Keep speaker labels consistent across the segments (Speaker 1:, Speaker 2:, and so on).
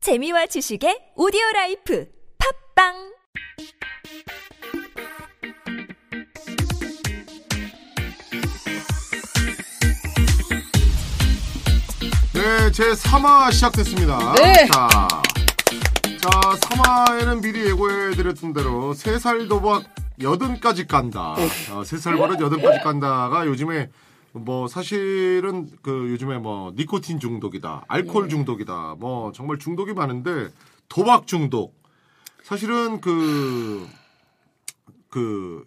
Speaker 1: 재미와 지식의 오디오 라이프 팝빵
Speaker 2: 네, 제 3화 시작됐습니다.
Speaker 3: 네.
Speaker 2: 자, 자 3화에는 미리 예고해드렸던 대로 3살 도박 여든까지 간다. 어, 3살 버릇 여든까지 간다가 요즘에 뭐 사실은 그 요즘에 뭐 니코틴 중독이다, 알코올 중독이다, 뭐 정말 중독이 많은데 도박 중독. 사실은 그, 그,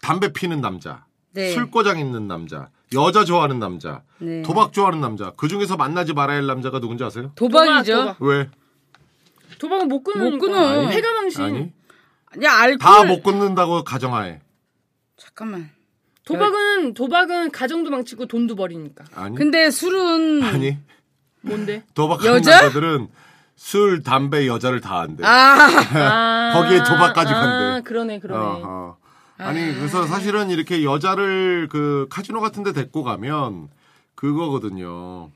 Speaker 2: 담배 피는 남자,
Speaker 3: 네.
Speaker 2: 술고장 있는 남자, 여자 좋아하는 남자,
Speaker 3: 네.
Speaker 2: 도박 좋아하는 남자, 그 중에서 만나지 말아야 할 남자가 누군지 아세요?
Speaker 3: 도박이죠.
Speaker 4: 도박,
Speaker 2: 왜?
Speaker 4: 도박은 못 끊으니까.
Speaker 3: 못 끊어.
Speaker 4: 해가망신.
Speaker 2: 아, 예. 아니.
Speaker 3: 야 알코올.
Speaker 2: 다 못 끊는다고 가정하에.
Speaker 3: 잠깐만.
Speaker 4: 도박은 도박은 가정도 망치고 돈도 버리니까.
Speaker 2: 아니.
Speaker 3: 근데 술은
Speaker 2: 아니.
Speaker 4: 뭔데?
Speaker 2: 도박하는
Speaker 3: 여자?
Speaker 2: 남자들은 술, 담배, 여자를 다 한대.
Speaker 3: 아
Speaker 4: 아,
Speaker 2: 거기에 도박까지
Speaker 4: 아,
Speaker 2: 간대.
Speaker 4: 그러네, 그러네.
Speaker 2: 어허. 아니 그래서 사실은 이렇게 여자를 그 카지노 같은데 데리고 가면 그거거든요.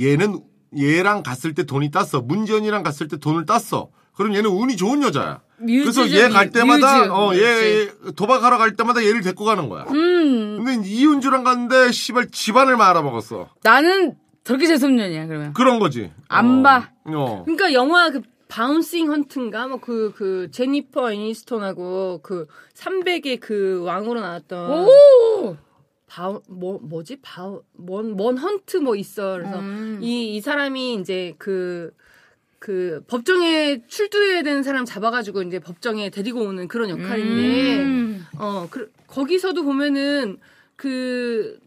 Speaker 2: 얘는 얘랑 갔을 때 돈이 땄어. 문지연이랑 갔을 때 돈을 땄어. 그럼 얘는 운이 좋은 여자야.
Speaker 3: 뮤즈죠,
Speaker 2: 그래서 얘 갈
Speaker 3: 뮤-
Speaker 2: 때마다
Speaker 3: 뮤즈. 음.
Speaker 2: 어얘 도박하러 갈 때마다 얘를 데리고 가는 거야. 근데 이윤주랑 갔는데 씨발 집안을 말아먹었어.
Speaker 3: 나는 저렇게 재수없년이야 그러면.
Speaker 2: 그런 거지.
Speaker 3: 안
Speaker 2: 어.
Speaker 3: 봐.
Speaker 2: 어.
Speaker 4: 그러니까 영화 그 바운싱 헌트인가 뭐 그 그 제니퍼 애니스톤하고 그 300의 그 왕으로 나왔던
Speaker 3: 오.
Speaker 4: 바우 뭐 뭐지 바우 뭔뭔 헌트 뭐 있어 그래서 이 이 사람이 이제 그 그 법정에 출두해야 되는 사람 잡아가지고 이제 법정에 데리고 오는 그런 역할인데
Speaker 3: 음.
Speaker 4: 어 그, 거기서도 보면은 그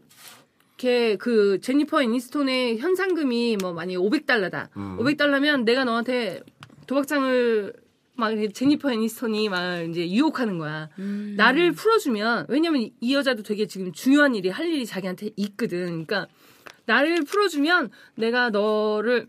Speaker 4: 걔, 그, 제니퍼 애니스톤의 현상금이 뭐, 만약에 500달러다. 500달러면 내가 너한테 도박장을 막, 이렇게 제니퍼 애니스톤이 막 이제 유혹하는 거야. 나를 풀어주면, 왜냐면 이- 이 여자도 되게 지금 중요한 일이, 할 일이 자기한테 있거든. 그러니까, 나를 풀어주면 내가 너를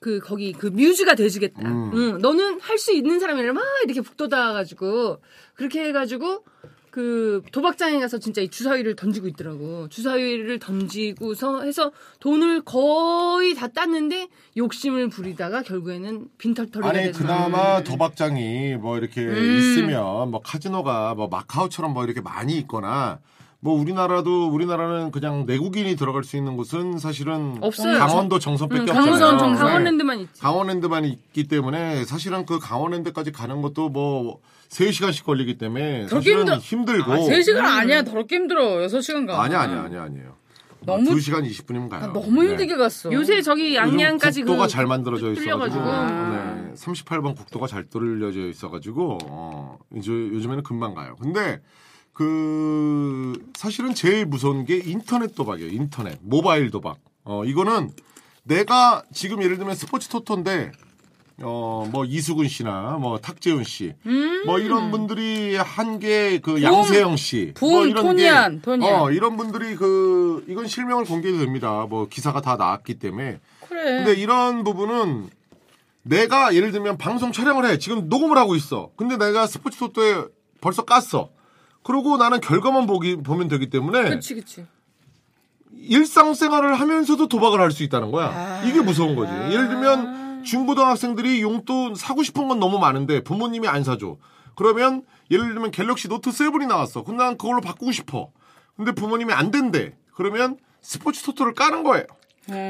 Speaker 4: 그 거기 그 뮤즈가 돼주겠다.
Speaker 2: 음.
Speaker 4: 응, 너는 할 수 있는 사람이라 막 이렇게 북돋아가지고 그렇게 해가지고 그 도박장에 가서 진짜 이 주사위를 던지고 있더라고. 주사위를 던지고서 해서 돈을 거의 다 땄는데 욕심을 부리다가 결국에는 빈털터리가
Speaker 2: 아니
Speaker 4: 돼서
Speaker 2: 그나마 도박장이 뭐 이렇게 있으면 뭐 카지노가 뭐 마카오처럼 뭐 이렇게 많이 있거나 뭐 우리나라도 우리나라는 그냥 내국인이 들어갈 수 있는 곳은 사실은
Speaker 4: 없어요.
Speaker 2: 강원도 정선밖에
Speaker 4: 응,
Speaker 2: 없잖아요.
Speaker 4: 강원
Speaker 2: 네.
Speaker 4: 강원랜드만 있지.
Speaker 2: 강원랜드만 있기 때문에 사실은 그 강원랜드까지 가는 것도 뭐 3시간씩 걸리기 때문에
Speaker 3: 그렇게
Speaker 2: 사실은
Speaker 3: 힘들어.
Speaker 2: 힘들고
Speaker 3: 아, 3 시간 아니야 더럽게 힘들어 6 시간 가.
Speaker 2: 아니 아니 아니 아니에요.
Speaker 3: 너무-
Speaker 2: 2시간 20분이면 가요.
Speaker 3: 나 너무
Speaker 2: 네.
Speaker 3: 힘들게 갔어.
Speaker 4: 요새 저기 양양까지
Speaker 2: 요즘 국도가
Speaker 4: 그
Speaker 2: 잘 만들어져 있어가지고
Speaker 4: 뚫려가지고. 아.
Speaker 2: 네, 38번 국도가 잘 뚫려져 있어가지고 어, 이제 요즘에는 금방 가요. 근데 그 사실은 제일 무서운 게 인터넷 도박이에요. 인터넷 모바일 도박. 어 이거는 내가 지금 예를 들면 스포츠 토토인데 어뭐 이수근 씨나 뭐 탁재훈 씨, 뭐
Speaker 4: 음.
Speaker 2: 이런 분들이 한 게 그 양세형 씨,
Speaker 3: 부음
Speaker 2: 뭐 이런
Speaker 3: 토니안,
Speaker 2: 게,
Speaker 3: 토니안.
Speaker 2: 어 이런 분들이 그 이건 실명을 공개해도 됩니다. 뭐 기사가 다 나왔기 때문에
Speaker 4: 네.
Speaker 3: 그래.
Speaker 2: 근데 이런 부분은 내가 예를 들면 방송 촬영을 해. 지금 녹음을 하고 있어. 근데 내가 스포츠 토토에 벌써 깠어. 그러고 나는 결과만 보기, 보면 되기 때문에
Speaker 4: 그치 그치.
Speaker 2: 일상생활을 하면서도 도박을 할 수 있다는 거야.
Speaker 4: 아.
Speaker 2: 이게 무서운 거지. 예를 들면 중고등학생들이 용돈 사고 싶은 건 너무 많은데 부모님이 안 사줘. 그러면 예를 들면 갤럭시 노트 7이 나왔어. 근데 난 그걸로 바꾸고 싶어. 근데 부모님이 안 된대. 그러면 스포츠 토토를 까는 거예요.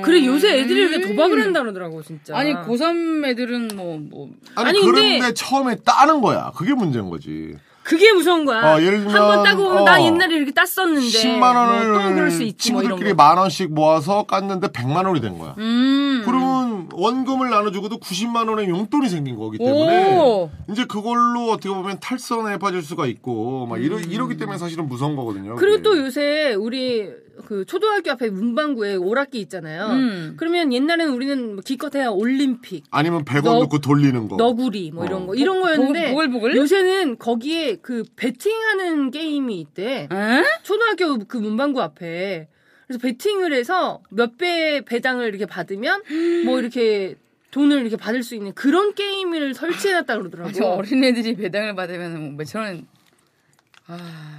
Speaker 4: 그래 요새 애들이 왜 도박을 한다 그러더라고 진짜.
Speaker 3: 음. 아니 고3 애들은 뭐 뭐.
Speaker 2: 아니,
Speaker 4: 아니,
Speaker 2: 그런데
Speaker 4: 근데-
Speaker 2: 처음에 따는 거야. 그게 문제인 거지.
Speaker 4: 그게 무서운 거야.
Speaker 2: 어, 예를 들면,
Speaker 4: 한 번 따고 보면 나
Speaker 2: 어,
Speaker 4: 옛날에 이렇게 땄었는데
Speaker 2: 10만 원을
Speaker 4: 뭐또 그럴 수 있지 뭐 이런
Speaker 2: 친구들끼리
Speaker 4: 거.
Speaker 2: 만 원씩 모아서 깠는데 100만 원이 된 거야.
Speaker 3: 음.
Speaker 2: 그러면 원금을 나눠주고도 90만 원의 용돈이 생긴 거기 때문에
Speaker 3: 오.
Speaker 2: 이제 그걸로 어떻게 보면 탈선에 빠질 수가 있고 막 이러, 이러기 때문에 사실은 무서운 거거든요.
Speaker 4: 그리고 또
Speaker 2: 그게.
Speaker 4: 요새 우리 그 초등학교 앞에 문방구에 오락기 있잖아요.
Speaker 3: 음.
Speaker 4: 그러면 옛날에는 우리는 뭐 기껏해야 올림픽,
Speaker 2: 아니면 100원
Speaker 4: 너-
Speaker 2: 넣고 돌리는 거.
Speaker 4: 너구리 뭐
Speaker 2: 어.
Speaker 4: 이런 거 이런
Speaker 3: 보글-
Speaker 4: 거였는데
Speaker 3: 보글보글?
Speaker 4: 요새는 거기에 그 베팅하는 게임이 있대.
Speaker 3: 에?
Speaker 4: 초등학교 그 문방구 앞에 그래서 베팅을 해서 몇 배 배당을 이렇게 받으면 뭐 이렇게 돈을 이렇게 받을 수 있는 그런 게임을 설치해놨다 그러더라고.
Speaker 3: 아, 저 어린애들이 배당을 받으면 뭐 몇천 원.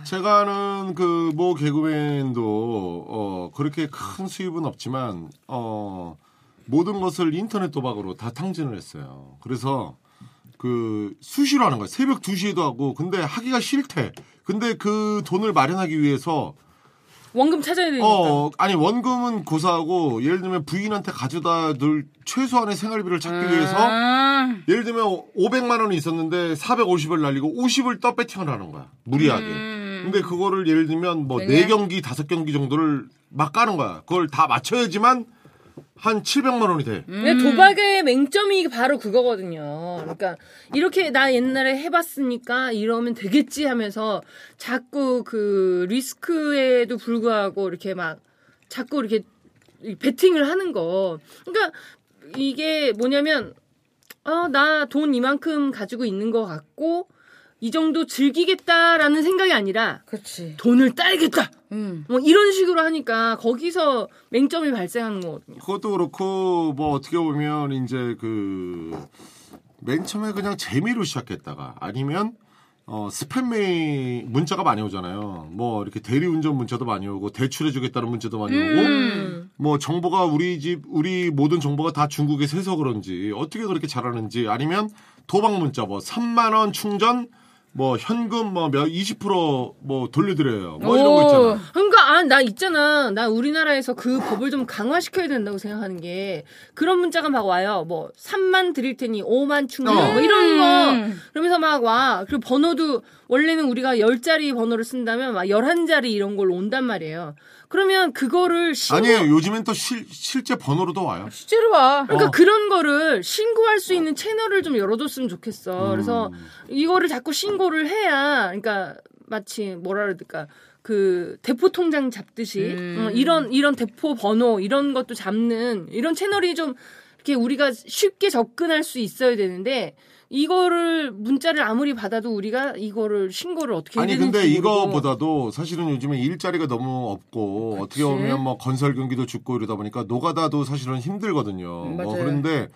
Speaker 2: 제가 아는 그 모 개그맨도 어, 그렇게 큰 수입은 없지만 어, 모든 것을 인터넷 도박으로 다 탕진을 했어요. 그래서 그 수시로 하는 거야. 새벽 2시에도 하고 근데 하기가 싫대. 근데 그 돈을 마련하기 위해서
Speaker 4: 원금 찾아야 되니까.
Speaker 2: 어, 아니 원금은 고사하고 예를 들면 부인한테 가져다 둘 최소한의 생활비를 찾기 위해서
Speaker 3: 아,
Speaker 2: 예를 들면 500만 원이 있었는데 450을 날리고 50을 떠 배팅을 하는 거야. 무리하게. 근데 그거를 예를 들면 뭐
Speaker 3: 그냥-
Speaker 2: 네경기 다섯 경기 정도를 막 까는 거야. 그걸 다 맞춰야지만 한 700만 원이 돼.
Speaker 4: 왜 도박의 맹점이 바로 그거거든요. 그러니까 이렇게 나 옛날에 해봤으니까 이러면 되겠지 하면서 자꾸 그 리스크에도 불구하고 이렇게 막 자꾸 이렇게 이 베팅을 하는 거. 그러니까 이게 뭐냐면 어, 나 돈 이만큼 가지고 있는 것 같고 이 정도 즐기겠다라는 생각이 아니라
Speaker 3: 그렇지.
Speaker 4: 돈을 따야겠다.
Speaker 3: 음.
Speaker 4: 뭐 이런 식으로 하니까 거기서 맹점이 발생하는 거거든요.
Speaker 2: 그것도 그렇고 뭐 어떻게 보면 이제 그 맨 처음에 그냥 재미로 시작했다가 아니면 어 스팸 메일 문자가 많이 오잖아요. 뭐 이렇게 대리운전 문자도 많이 오고 대출해 주겠다는 문자도 많이 오고 뭐 정보가 우리 집 우리 모든 정보가 다 중국에 새서 그런지 어떻게 그렇게 잘하는지 아니면 도박 문자 뭐 3만 원 충전 뭐 현금 뭐 몇 20%뭐 돌려드려요. 뭐 이런 거 있잖아.
Speaker 4: 그러니까 아 나 있잖아 나 우리나라에서 그 법을 좀 강화시켜야 된다고 생각하는 게 그런 문자가 막 와요 뭐 3만 드릴 테니 5만 충전
Speaker 2: 어.
Speaker 4: 뭐 이런 거
Speaker 3: 음.
Speaker 4: 그러면서 막 와 그리고 번호도 원래는 우리가 10자리 번호를 쓴다면 막 11자리 이런 걸로 온단 말이에요 그러면 그거를 신고
Speaker 2: 아니에요. 요즘엔 또 실, 실제 번호로도 와요.
Speaker 3: 실제로 와.
Speaker 4: 그러니까
Speaker 2: 어.
Speaker 4: 그런 거를 신고할 수 있는 채널을 좀 열어줬으면
Speaker 3: 음.
Speaker 4: 좋겠어 그래서 이거를 자꾸 신고를 해야 그러니까 마치 뭐라 그럴까 그 대포 통장 잡듯이
Speaker 3: 음.
Speaker 4: 어, 이런 이런 대포 번호 이런 것도 잡는 이런 채널이 좀 이렇게 우리가 쉽게 접근할 수 있어야 되는데 이거를 문자를 아무리 받아도 우리가 이거를 신고를 어떻게 해야
Speaker 2: 아니
Speaker 4: 되는지
Speaker 2: 근데
Speaker 4: 모르고.
Speaker 2: 이거보다도 뭐 사실은 요즘에 일자리가 너무 없고 어떻게 보면 뭐 건설 경기도 죽고 이러다 보니까 노가다도 사실은 힘들거든요.
Speaker 3: 음,
Speaker 2: 뭐
Speaker 3: 맞아요.
Speaker 2: 그런데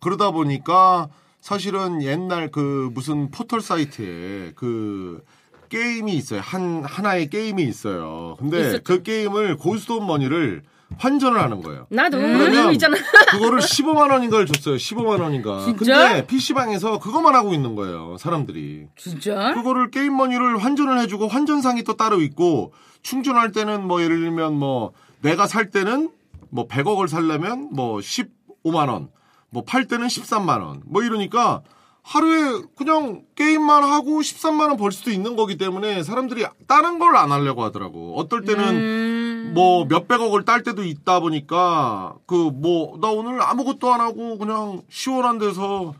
Speaker 2: 그러다 보니까 사실은 옛날 그 무슨 포털 사이트에 그 게임이 있어요. 한 하나의 게임이 있어요. 근데 그 게임을 고스톱 머니를 환전을 하는 거예요.
Speaker 4: 나도
Speaker 3: 음.
Speaker 2: 그러면
Speaker 4: 이거 음, 있잖아
Speaker 2: 그거를 15만 원인가를 줬어요. 15만 원인가.
Speaker 3: 진짜?
Speaker 2: 근데 PC방에서 그것만 하고 있는 거예요. 사람들이.
Speaker 3: 진짜?
Speaker 2: 그거를 게임 머니를 환전을 해주고 환전상이 또 따로 있고 충전할 때는 뭐 예를 들면 뭐 내가 살 때는 뭐 100억을 살려면 뭐 15만 원, 뭐 팔 때는 13만 원, 뭐 이러니까 하루에 그냥 게임만 하고 13만 원 벌 수도 있는 거기 때문에 사람들이 다른 걸 안 하려고 하더라고. 어떨 때는 뭐 몇백억을 딸 때도 있다 보니까 그 뭐 나 오늘 아무것도 안 하고 그냥 시원한 데서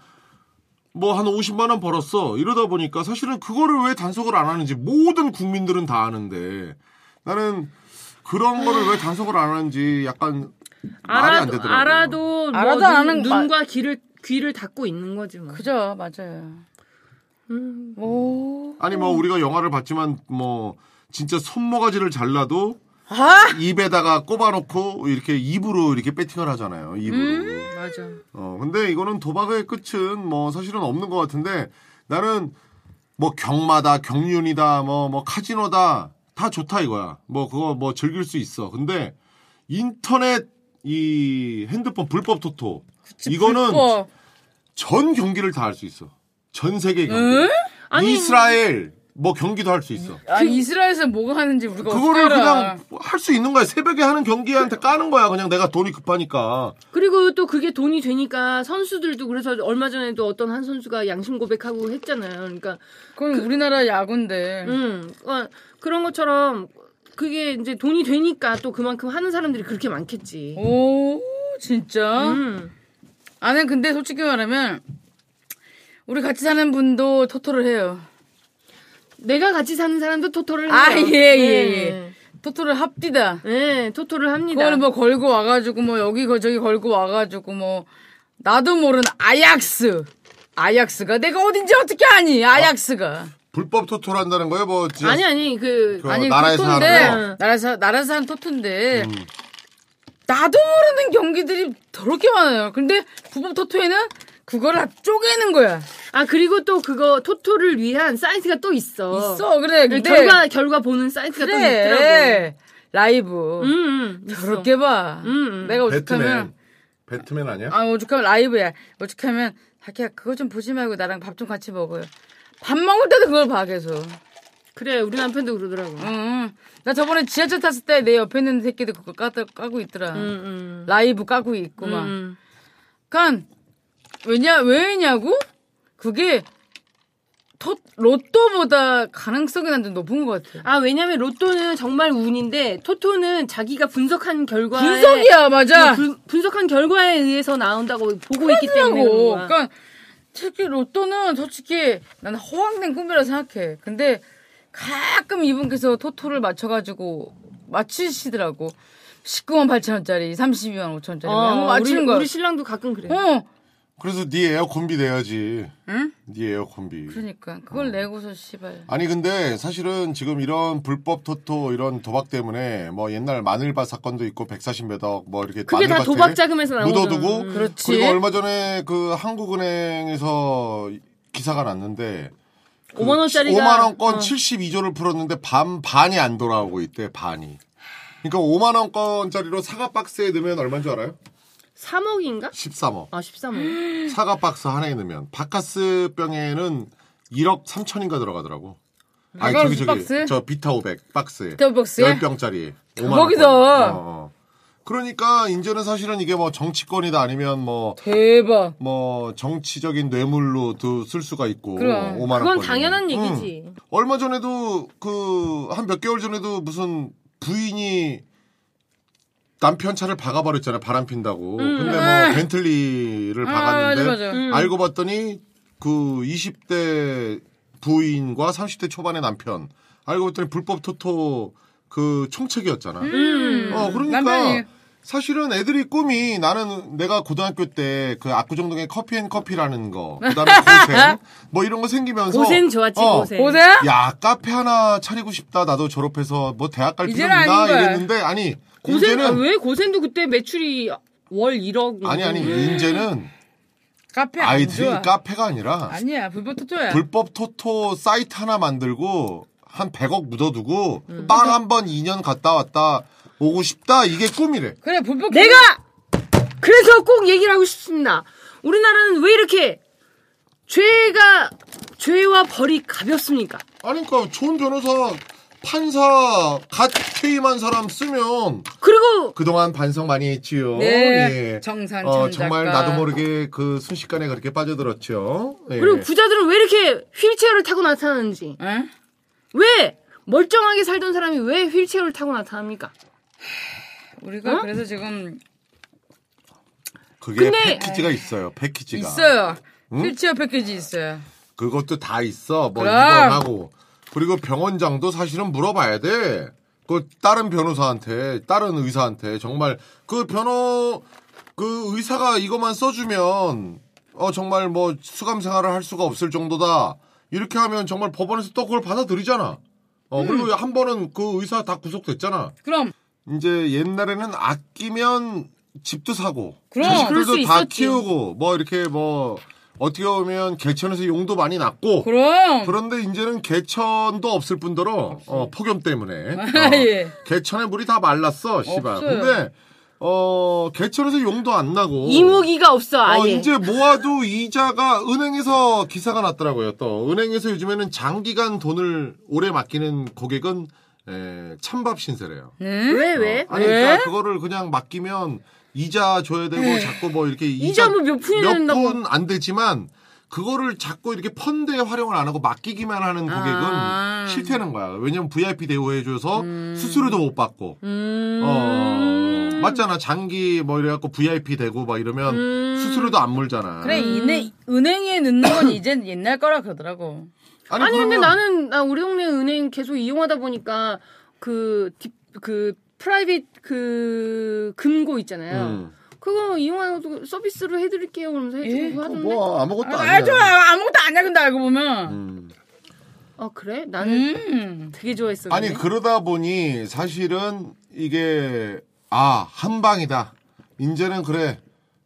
Speaker 2: 뭐 한 50만 원 벌었어. 이러다 보니까 사실은 그거를 왜 단속을 안 하는지 모든 국민들은 다 아는데 나는 그런 거를 왜 단속을 안 하는지 약간 말이 안
Speaker 4: 알아도
Speaker 2: 되더라고요.
Speaker 4: 알아도 뭐
Speaker 3: 알아도
Speaker 4: 눈,
Speaker 3: 안 하는 거 말-
Speaker 4: 눈과 귀를 귀를 닫고 있는 거지 뭐
Speaker 3: 그죠, 맞아요.
Speaker 4: 음.
Speaker 3: 오.
Speaker 2: 아니 뭐 우리가 영화를 봤지만 뭐 진짜 손모가지를 잘라도
Speaker 3: 아!
Speaker 2: 입에다가 꼽아놓고 이렇게 입으로 이렇게 배팅을 하잖아요. 입으로.
Speaker 4: 음.
Speaker 3: 음,
Speaker 4: 맞아
Speaker 2: 어, 근데 이거는 도박의 끝은 뭐 사실은 없는 것 같은데 나는 뭐 경마다 경륜이다 뭐 뭐 카지노다 다 좋다 이거야. 뭐 그거 뭐 즐길 수 있어. 근데 인터넷 이 핸드폰 불법 토토 이거는
Speaker 3: 불법.
Speaker 2: 전 경기를 다 할 수 있어. 전 세계 경기.
Speaker 4: 아니,
Speaker 2: 이스라엘 뭐 경기도 할 수 있어.
Speaker 3: 아, 이스라엘에서 뭐가 하는지 우리가
Speaker 2: 그거를
Speaker 3: 어떻게 알아.
Speaker 2: 그냥 할 수 있는 거야. 새벽에 하는 경기한테 까는 거야. 그냥 내가 돈이 급하니까.
Speaker 4: 그리고 또 그게 돈이 되니까 선수들도 그래서 얼마 전에도 어떤 한 선수가 양심 고백하고 했잖아요. 그러니까
Speaker 3: 그건 우리나라 야구인데.
Speaker 4: 음 어, 그런 것처럼 그게 이제 돈이 되니까 또 그만큼 하는 사람들이 그렇게 많겠지.
Speaker 3: 오, 진짜?
Speaker 4: 음.
Speaker 3: 아는 근데 솔직히 말하면 우리 같이 사는 분도 토토를 해요.
Speaker 4: 내가 같이 사는 사람도 토토를
Speaker 3: 아,
Speaker 4: 해요.
Speaker 3: 예, 예, 토토를 합디다.
Speaker 4: 예. 예, 토토를 합니다.
Speaker 3: 그걸 뭐 걸고 와가지고 뭐 여기 거 저기 걸고 와가지고 뭐 나도 모르는 아약스. 아약스가 내가 어딘지 어떻게 아니? 아약스가.
Speaker 2: 불법 토토를 한다는 거예요. 뭐 진짜
Speaker 4: 아니 아니 그
Speaker 2: 그 나라에서 하는
Speaker 4: 거?
Speaker 3: 나라에서 나라에서 하는 토토인데
Speaker 2: 음.
Speaker 3: 나도 모르는 경기들이 더럽게 많아요. 근데 부법 토토에는 그거를 다 쪼개는 거야.
Speaker 4: 아 그리고 또 그거 토토를 위한 사이트가 또 있어.
Speaker 3: 있어 그래. 근데
Speaker 4: 결과 결과 보는 사이트가 그러니까 또 있더라고.
Speaker 3: 그래 라이브
Speaker 4: 음, 음, 있어.
Speaker 3: 더럽게 봐.
Speaker 4: 음, 음.
Speaker 3: 내가 오죽하면
Speaker 2: 배트맨 배트맨 아니야?
Speaker 3: 아, 오죽하면 라이브야. 오죽하면 자기야 그거 좀 보지 말고 나랑 밥 좀 같이 먹어요. 밥 먹을 때도 그걸 봐 계속.
Speaker 4: 그래 우리 남편도 그러더라고.
Speaker 3: 응. 나 저번에 지하철 탔을 때 내 옆에 있는 새끼들 그거 까, 까고 있더라.
Speaker 4: 음.
Speaker 3: 라이브 까고 있고 막.
Speaker 4: 음.
Speaker 3: 그니까 왜냐 왜냐고? 그게 토- 로또보다 가능성이 난 좀 높은 것 같아.
Speaker 4: 아 왜냐면 로또는 정말 운인데 토토는 자기가 분석한 결과에
Speaker 3: 분석이야 맞아.
Speaker 4: 아, 그 분- 분석한 결과에 의해서 나온다고 보고 있기 때문에 그런
Speaker 3: 하고.
Speaker 4: 거야.
Speaker 3: 그러니까 특히 로또는 솔직히 나는 허황된 꿈이라 생각해. 근데 가끔 이분께서 토토를 맞춰가지고 맞추시더라고. 19만 8천 원짜리, 32만 5천 원짜리. 어, 맞추는
Speaker 4: 아, 우리,
Speaker 3: 거야.
Speaker 4: 우리 신랑도 가끔 그래.
Speaker 3: 어,
Speaker 2: 그래서 네 에어컨비 내야지.
Speaker 3: 응?
Speaker 2: 네 에어컨비.
Speaker 3: 그러니까 그걸 내고서 씨발.
Speaker 2: 아니 근데 사실은 지금 이런 불법 토토 이런 도박 때문에 뭐 옛날 마늘밭 사건도 있고 140몇억 뭐 이렇게
Speaker 4: 그게 다
Speaker 2: 마늘밭에
Speaker 4: 도박 자금에서 나온
Speaker 2: 묻어두고
Speaker 4: 거잖아. 음.
Speaker 3: 그렇지.
Speaker 2: 리고 얼마 전에 그 한국은행에서 기사가 났는데 그
Speaker 4: 5만 원짜리가 어.
Speaker 2: 5만 원권 72조를 풀었는데 반 반이 안 돌아오고 있대 반이. 그러니까 5만 원권짜리로 사과 박스에 넣으면 얼마인 줄 알아요?
Speaker 4: 3억인가?
Speaker 2: 13억.
Speaker 4: 아 13억.
Speaker 2: 사과 박스 하나에 넣으면 바카스 병에는 1억 3천인가 들어가더라고. 아니 저기
Speaker 3: 바카스
Speaker 2: 저기
Speaker 3: 음. 박스?
Speaker 2: 저 비타 500 박스에
Speaker 3: 비타 박스에?
Speaker 2: 10병짜리
Speaker 3: 대박이다.
Speaker 2: 어, 그러니까 이제는 사실은 이게 뭐 정치권이다 아니면 뭐
Speaker 3: 대박.
Speaker 2: 뭐 정치적인 뇌물로 도 쓸 수가 있고
Speaker 3: 그럼.
Speaker 2: 5만 원.
Speaker 4: 그건 당연한 얘기지.
Speaker 2: 얼마 전에도 그 한 몇 개월 전에도 무슨 부인이 남편 차를 박아버렸잖아요. 바람 핀다고.
Speaker 4: 음.
Speaker 2: 근데
Speaker 4: 아.
Speaker 2: 뭐 벤틀리를 박았는데
Speaker 3: 맞아, 맞아.
Speaker 2: 알고 봤더니 그 20대 부인과 30대 초반의 남편 알고 봤더니 불법 토토 그 총책이었잖아.
Speaker 4: 음.
Speaker 2: 어 그러니까
Speaker 3: 남편이.
Speaker 2: 사실은 애들이 꿈이 나는 내가 고등학교 때 그 압구정동에 커피앤커피라는 거 그다음에 고생 뭐 이런 거 생기면서 어,
Speaker 4: 고생 좋았지, 고생. 네.
Speaker 3: 보세요.
Speaker 2: 야 카페 하나 차리고 싶다 나도 졸업해서 뭐 대학 갈 필요
Speaker 3: 이제는
Speaker 2: 있나
Speaker 3: 아닌 거야.
Speaker 2: 이랬는데 아니
Speaker 4: 고센 아,
Speaker 2: 이제는
Speaker 4: 왜 고센도 그때 매출이 월 1억
Speaker 2: 아니 아니 이제는
Speaker 3: 카페 안
Speaker 2: 아이들이
Speaker 3: 좋아.
Speaker 2: 카페가 아니라
Speaker 3: 아니야 불법 토토야.
Speaker 2: 불법 토토 사이트 하나 만들고 한 100억 묻어두고
Speaker 3: 음.
Speaker 2: 빵 한 번 2년 갔다 왔다 오고 싶다 이게 꿈이래.
Speaker 3: 그래 불법.
Speaker 4: 내가 그래서 꼭 얘기를 하고 싶습니다. 우리나라는 왜 이렇게 죄가 죄와 벌이 가볍습니까?
Speaker 2: 아니 그러니까 좋은 변호사 판사 갓 퇴임한 사람 쓰면
Speaker 4: 그리고
Speaker 2: 그동안 반성 많이 했지요.
Speaker 3: 네, 정상
Speaker 2: 어,
Speaker 3: 참
Speaker 2: 정말
Speaker 3: 작가.
Speaker 2: 나도 모르게 그 순식간에 그렇게 빠져들었죠. 예.
Speaker 4: 그리고 부자들은 왜 이렇게 휠체어를 타고 나타나는지
Speaker 3: 응?
Speaker 4: 왜 멀쩡하게 살던 사람이 왜 휠체어를 타고 나타납니까?
Speaker 3: 우리가
Speaker 4: 어?
Speaker 3: 그래서 지금
Speaker 2: 그게
Speaker 4: 근데-
Speaker 2: 패키지가 있어요. 패키지가.
Speaker 3: 예. 있어요. 휠체어 패키지 있어요.
Speaker 2: 그것도 다 있어. 뭐
Speaker 3: 그럼.
Speaker 2: 입원하고 그리고 병원장도 사실은 물어봐야 돼. 그 다른 변호사한테, 다른 의사한테 정말 그 변호 그 의사가 이것만 써주면 어 정말 뭐 수감 생활을 할 수가 없을 정도다. 이렇게 하면 정말 법원에서 또 그걸 받아들이잖아. 어 그리고
Speaker 3: 음.
Speaker 2: 한 번은 그 의사 다 구속됐잖아.
Speaker 3: 그럼
Speaker 2: 이제 옛날에는 아끼면 집도 사고
Speaker 3: 그럼.
Speaker 4: 그럴
Speaker 2: 자식들도
Speaker 4: 수
Speaker 2: 다
Speaker 4: 있었지.
Speaker 2: 키우고 뭐 이렇게 뭐 어떻게 보면 개천에서 용도 많이 났고
Speaker 3: 그럼.
Speaker 2: 그런데 이제는 개천도 없을 뿐더러 어, 폭염 때문에
Speaker 3: 아,
Speaker 2: 어,
Speaker 3: 예.
Speaker 2: 개천에 물이 다 말랐어 씨발
Speaker 3: 없어요.
Speaker 2: 근데 어 개천에서 용도 안 나고
Speaker 4: 이모기가 없어
Speaker 2: 어,
Speaker 4: 아예.
Speaker 2: 이제 모아도 이자가 은행에서 기사가 났더라고요. 또 은행에서 요즘에는 장기간 돈을 오래 맡기는 고객은 에, 찬밥 신세래요.
Speaker 4: 왜 왜?
Speaker 2: 아니
Speaker 3: 왜?
Speaker 2: 그러니까 그거를 그냥 맡기면 이자 줘야 되고 자꾸 뭐 이렇게
Speaker 4: 네. 이자 뭐몇 푼이나 된다고.
Speaker 2: 몇푼안 되지만 그거를 자꾸 이렇게 펀드에 활용을 안 하고 맡기기만 하는 고객은
Speaker 3: 아.
Speaker 2: 싫다는 거야. 왜냐면 VIP 대우해줘서
Speaker 4: 음.
Speaker 2: 수수료도 못 받고. 어, 맞잖아. 장기 뭐 이래갖고 VIP 되고 막 이러면
Speaker 4: 음.
Speaker 2: 수수료도 안 물잖아.
Speaker 3: 그래 이네 은행에 넣는 건 이젠 옛날 거라 그러더라고.
Speaker 2: 아니,
Speaker 4: 아니 근데
Speaker 2: 그러면-
Speaker 4: 나는 나 우리 동네 은행 계속 이용하다 보니까 그, 디- 그 프라이빗 그 금고 있잖아요.
Speaker 2: 음.
Speaker 4: 그거 이용하고 서비스로 해드릴게요. 그러면서 해주고 하던데.
Speaker 2: 뭐 아무것도 아니야.
Speaker 3: 아, 좋아 아무것도 아니야 근데 알고 보면.
Speaker 2: 음.
Speaker 4: 아 그래? 나는
Speaker 3: 음.
Speaker 4: 되게 좋아했어.
Speaker 2: 아니 그러다 보니 사실은 이게 아 한방이다. 이제는 그래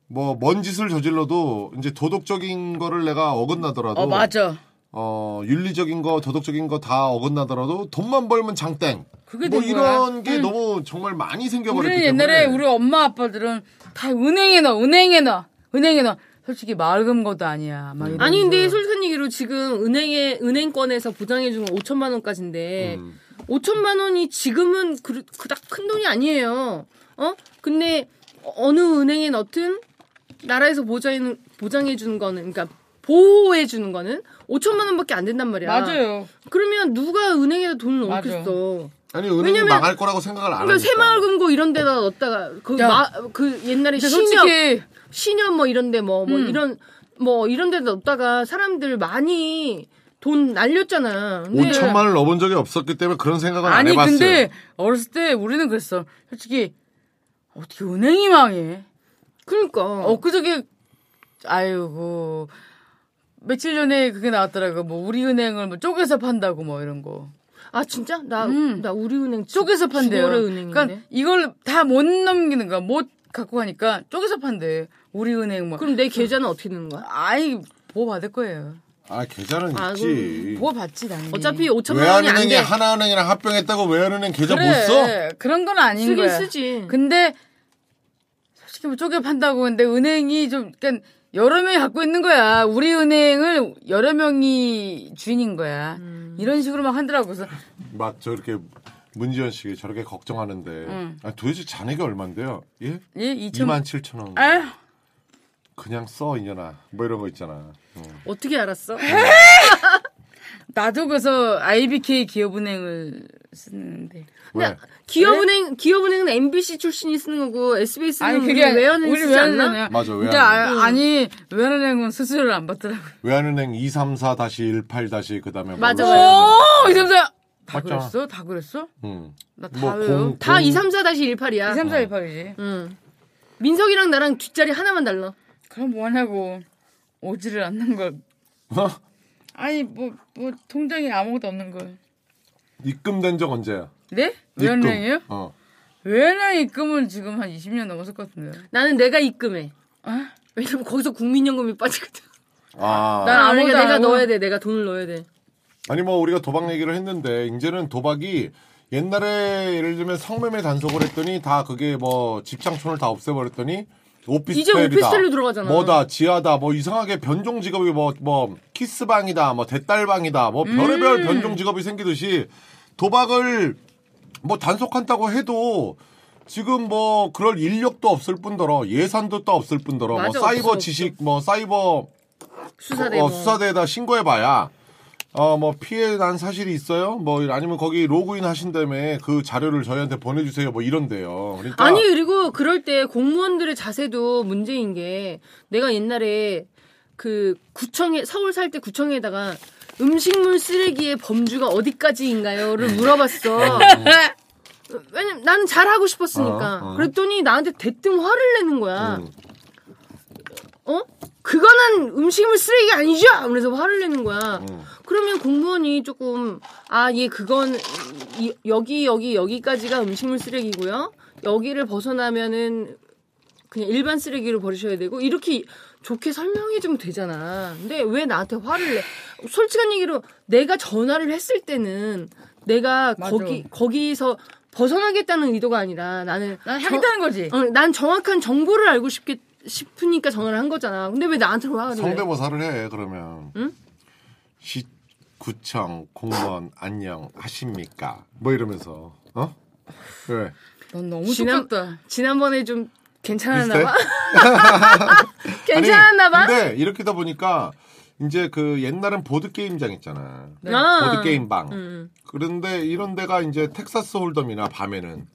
Speaker 2: 뭐 먼 짓을 저질러도 이제 도덕적인 거를 내가 어긋나더라도
Speaker 3: 어 맞아.
Speaker 2: 어, 윤리적인 거, 도덕적인 거 다 어긋나더라도 돈만 벌면 장땡.
Speaker 3: 그게
Speaker 2: 뭐
Speaker 3: 된 거야.
Speaker 2: 이런 게 너무 정말 많이 생겨버렸기
Speaker 3: 우리는
Speaker 2: 때문에.
Speaker 3: 옛날에 우리 엄마 아빠들은 다 은행에 넣어 은행에 넣어 은행에 넣어 솔직히 맑은 것도 아니야 막
Speaker 2: 음.
Speaker 3: 이러면서.
Speaker 4: 아니 근데 솔직한 얘기로 지금 은행에 은행권에서 보장해 주는 5천만 원까지인데
Speaker 3: 음.
Speaker 4: 5천만 원이 지금은 그, 그닥 큰 돈이 아니에요. 어? 근데 어느 은행에 넣든 나라에서 보장 보장해 주는 거는 그러니까 보호해 주는 거는 5천만 원밖에 안 된단 말이야.
Speaker 3: 맞아요
Speaker 4: 그러면 누가 은행에다 돈을
Speaker 3: 맞아.
Speaker 4: 넣겠어?
Speaker 2: 아니, 은행이
Speaker 4: 왜냐면-
Speaker 2: 망할 거라고 생각을 안
Speaker 4: 그러니까
Speaker 2: 하니까.
Speaker 4: 새마을금고 이런 데다 넣었다가 그,
Speaker 3: 야.
Speaker 4: 마, 그 옛날에
Speaker 3: 근데
Speaker 4: 신협
Speaker 3: 솔직히
Speaker 4: 신협 뭐 이런 데 뭐 뭐 이런 뭐 이런 데다 넣다가 사람들 많이 돈 날렸잖아. 근데
Speaker 2: 5천만 원을 넣어본 적이 없었기 때문에 그런 생각은 안
Speaker 3: 네. 아니
Speaker 2: 해봤어요.
Speaker 3: 근데 어렸을 때 우리는 그랬어 솔직히 어떻게 은행이 망해
Speaker 4: 그러니까
Speaker 3: 엊그저께 아이고 며칠 전에 그게 나왔더라고 뭐 우리 은행을 뭐 쪼개서 판다고 뭐 이런 거
Speaker 4: 아 진짜 나 나
Speaker 3: 음.
Speaker 4: 우리은행
Speaker 3: 쪼개서 판대요.
Speaker 4: 월의 그 은행인데.
Speaker 3: 그러니까 이걸 다 못 넘기는 거야 못 갖고 가니까 쪼개서 판대. 우리 은행 뭐
Speaker 4: 그럼 내 계좌는 어떻게 되는 거야?
Speaker 3: 아이 보호 받을 거예요.
Speaker 2: 아, 계좌는
Speaker 4: 아,
Speaker 2: 있지.
Speaker 3: 보호 받지 당연히.
Speaker 4: 어차피 5천만 원이 안
Speaker 2: 외환은행이
Speaker 4: 돼.
Speaker 2: 하나은행이랑 합병했다고 외환은행 계좌
Speaker 3: 그래,
Speaker 2: 못 써?
Speaker 3: 그런 건 아닌
Speaker 4: 쓰긴
Speaker 3: 거야.
Speaker 4: 쓰지.
Speaker 3: 근데 솔직히 뭐 쪼개 판다고 근데 은행이 좀 그러니까 여러 명이 갖고 있는 거야. 우리 은행을 여러 명이 주인인 거야.
Speaker 4: 음.
Speaker 3: 이런 식으로 막 한다라고 그래서
Speaker 2: 막 저렇게 문지연 씨 저렇게 걱정하는데 아, 도대체 잔액이 얼만데요? 예?
Speaker 3: 예, 2천
Speaker 2: 2만 7천 원.
Speaker 3: 아휴.
Speaker 2: 그냥 써 이년아. 뭐 이런 거 있잖아. 응.
Speaker 4: 어떻게 알았어?
Speaker 3: 나도 그래서 IBK 기업은행을 쓰는데
Speaker 2: 왜?
Speaker 4: 기업은행 기업은행은 MBC 출신이 쓰는 거고 SBS는 우리 외환은행 쓰지 않나?
Speaker 2: 맞아, 외환은행.
Speaker 3: 근데 아, 아니 외환은행은 수수료를 안 받더라고.
Speaker 2: 외환은행 234-18- 그다음에 뭐
Speaker 4: 맞아.
Speaker 2: 요
Speaker 3: 오 이삼사 다
Speaker 2: 맞잖아.
Speaker 3: 그랬어? 다 그랬어?
Speaker 2: 음.
Speaker 3: 나 다
Speaker 2: 뭐
Speaker 3: 외워.
Speaker 2: 공,
Speaker 4: 다
Speaker 2: 공-
Speaker 4: 234-18이야.
Speaker 3: 이삼사 일팔이지.
Speaker 4: 응. 민석이랑 나랑 뒷자리 하나만 달라.
Speaker 3: 그럼 뭐하냐고 오지를 않는 걸.
Speaker 2: 어?
Speaker 3: 아니 뭐 뭐 통장에 아무것도 없는 걸.
Speaker 2: 입금된 적 언제야?
Speaker 3: 네?
Speaker 2: 입금.
Speaker 3: 외환은행이요?
Speaker 2: 어.
Speaker 3: 외환은행 입금은 지금 한 20년 넘었을 것 같은데.
Speaker 4: 나는 내가 입금해.
Speaker 3: 아?
Speaker 4: 왜냐면 거기서 국민연금이 빠지거든.
Speaker 2: 아.
Speaker 3: 나- 아,
Speaker 4: 그러니까
Speaker 3: 아무도 안
Speaker 4: 내가
Speaker 3: 하고.
Speaker 4: 넣어야 돼. 내가 돈을 넣어야 돼.
Speaker 2: 아니 뭐 우리가 도박 얘기를 했는데 이제는 도박이 옛날에 예를 들면 성매매 단속을 했더니 다 그게 뭐 집창촌을 다 없애버렸더니 오피스텔이다.
Speaker 4: 오피스텔로 들어가잖아.
Speaker 2: 뭐다 지하다 뭐 이상하게 변종 직업이 뭐 뭐 키스방이다 뭐 대딸방이다 뭐 별의별
Speaker 4: 음.
Speaker 2: 변종 직업이 생기듯이 도박을 뭐 단속한다고 해도 지금 뭐 그럴 인력도 없을 뿐더러 예산도 또 없을 뿐더러
Speaker 4: 맞아,
Speaker 2: 뭐
Speaker 4: 없어,
Speaker 2: 사이버
Speaker 4: 없어.
Speaker 2: 지식 뭐 사이버
Speaker 4: 수사대.
Speaker 2: 어,
Speaker 4: 뭐.
Speaker 2: 수사대에다 신고해봐야 어 뭐 피해 난 사실이 있어요 뭐 아니면 거기 로그인 하신 다음에 그 자료를 저희한테 보내주세요 뭐 이런데요 그러니까
Speaker 4: 아니 그리고 그럴 때 공무원들의 자세도 문제인 게 내가 옛날에 그 구청에 서울 살 때 구청에다가 음식물 쓰레기의 범주가 어디까지인가요를
Speaker 2: 네.
Speaker 4: 물어봤어. 왜냐면 나는 잘하고 싶었으니까.
Speaker 2: 어, 어.
Speaker 4: 그랬더니 나한테 대뜸 화를 내는 거야. 어? 그거는 음식물 쓰레기 아니죠? 그래서 화를 내는 거야. 그러면 공무원이 조금 아, 예, 그건 이- 여기 여기 여기까지가 음식물 쓰레기고요. 여기를 벗어나면은 그냥 일반 쓰레기로 버리셔야 되고 이렇게 좋게 설명해 주면 되잖아. 근데 왜 나한테 화를 내? 솔직한 얘기로 내가 전화를 했을 때는 내가
Speaker 3: 맞아.
Speaker 4: 거기 거기서 벗어나겠다는 의도가 아니라 나는
Speaker 3: 난
Speaker 4: 저-
Speaker 3: 향기타는 거지.
Speaker 4: 어, 난 정확한 정보를 알고 싶게, 싶으니까 전화를 한 거잖아. 근데 왜 나한테 화가 내?
Speaker 2: 성대모사를 해 그러면 시 구청 공무원 안녕 하십니까 뭐 이러면서 어 왜?
Speaker 3: 넌 너무
Speaker 4: 지난-
Speaker 3: 똑같다.
Speaker 4: 지난번에 좀 괜찮았나
Speaker 2: 비슷해?
Speaker 4: 봐. 괜찮았나 봐.
Speaker 2: 아니, 근데 이렇게다 보니까 이제 그 옛날엔 보드 게임장 있잖아.
Speaker 4: 아.
Speaker 2: 보드 게임 방. 그런데 이런 데가 이제 텍사스 홀덤이나 밤에는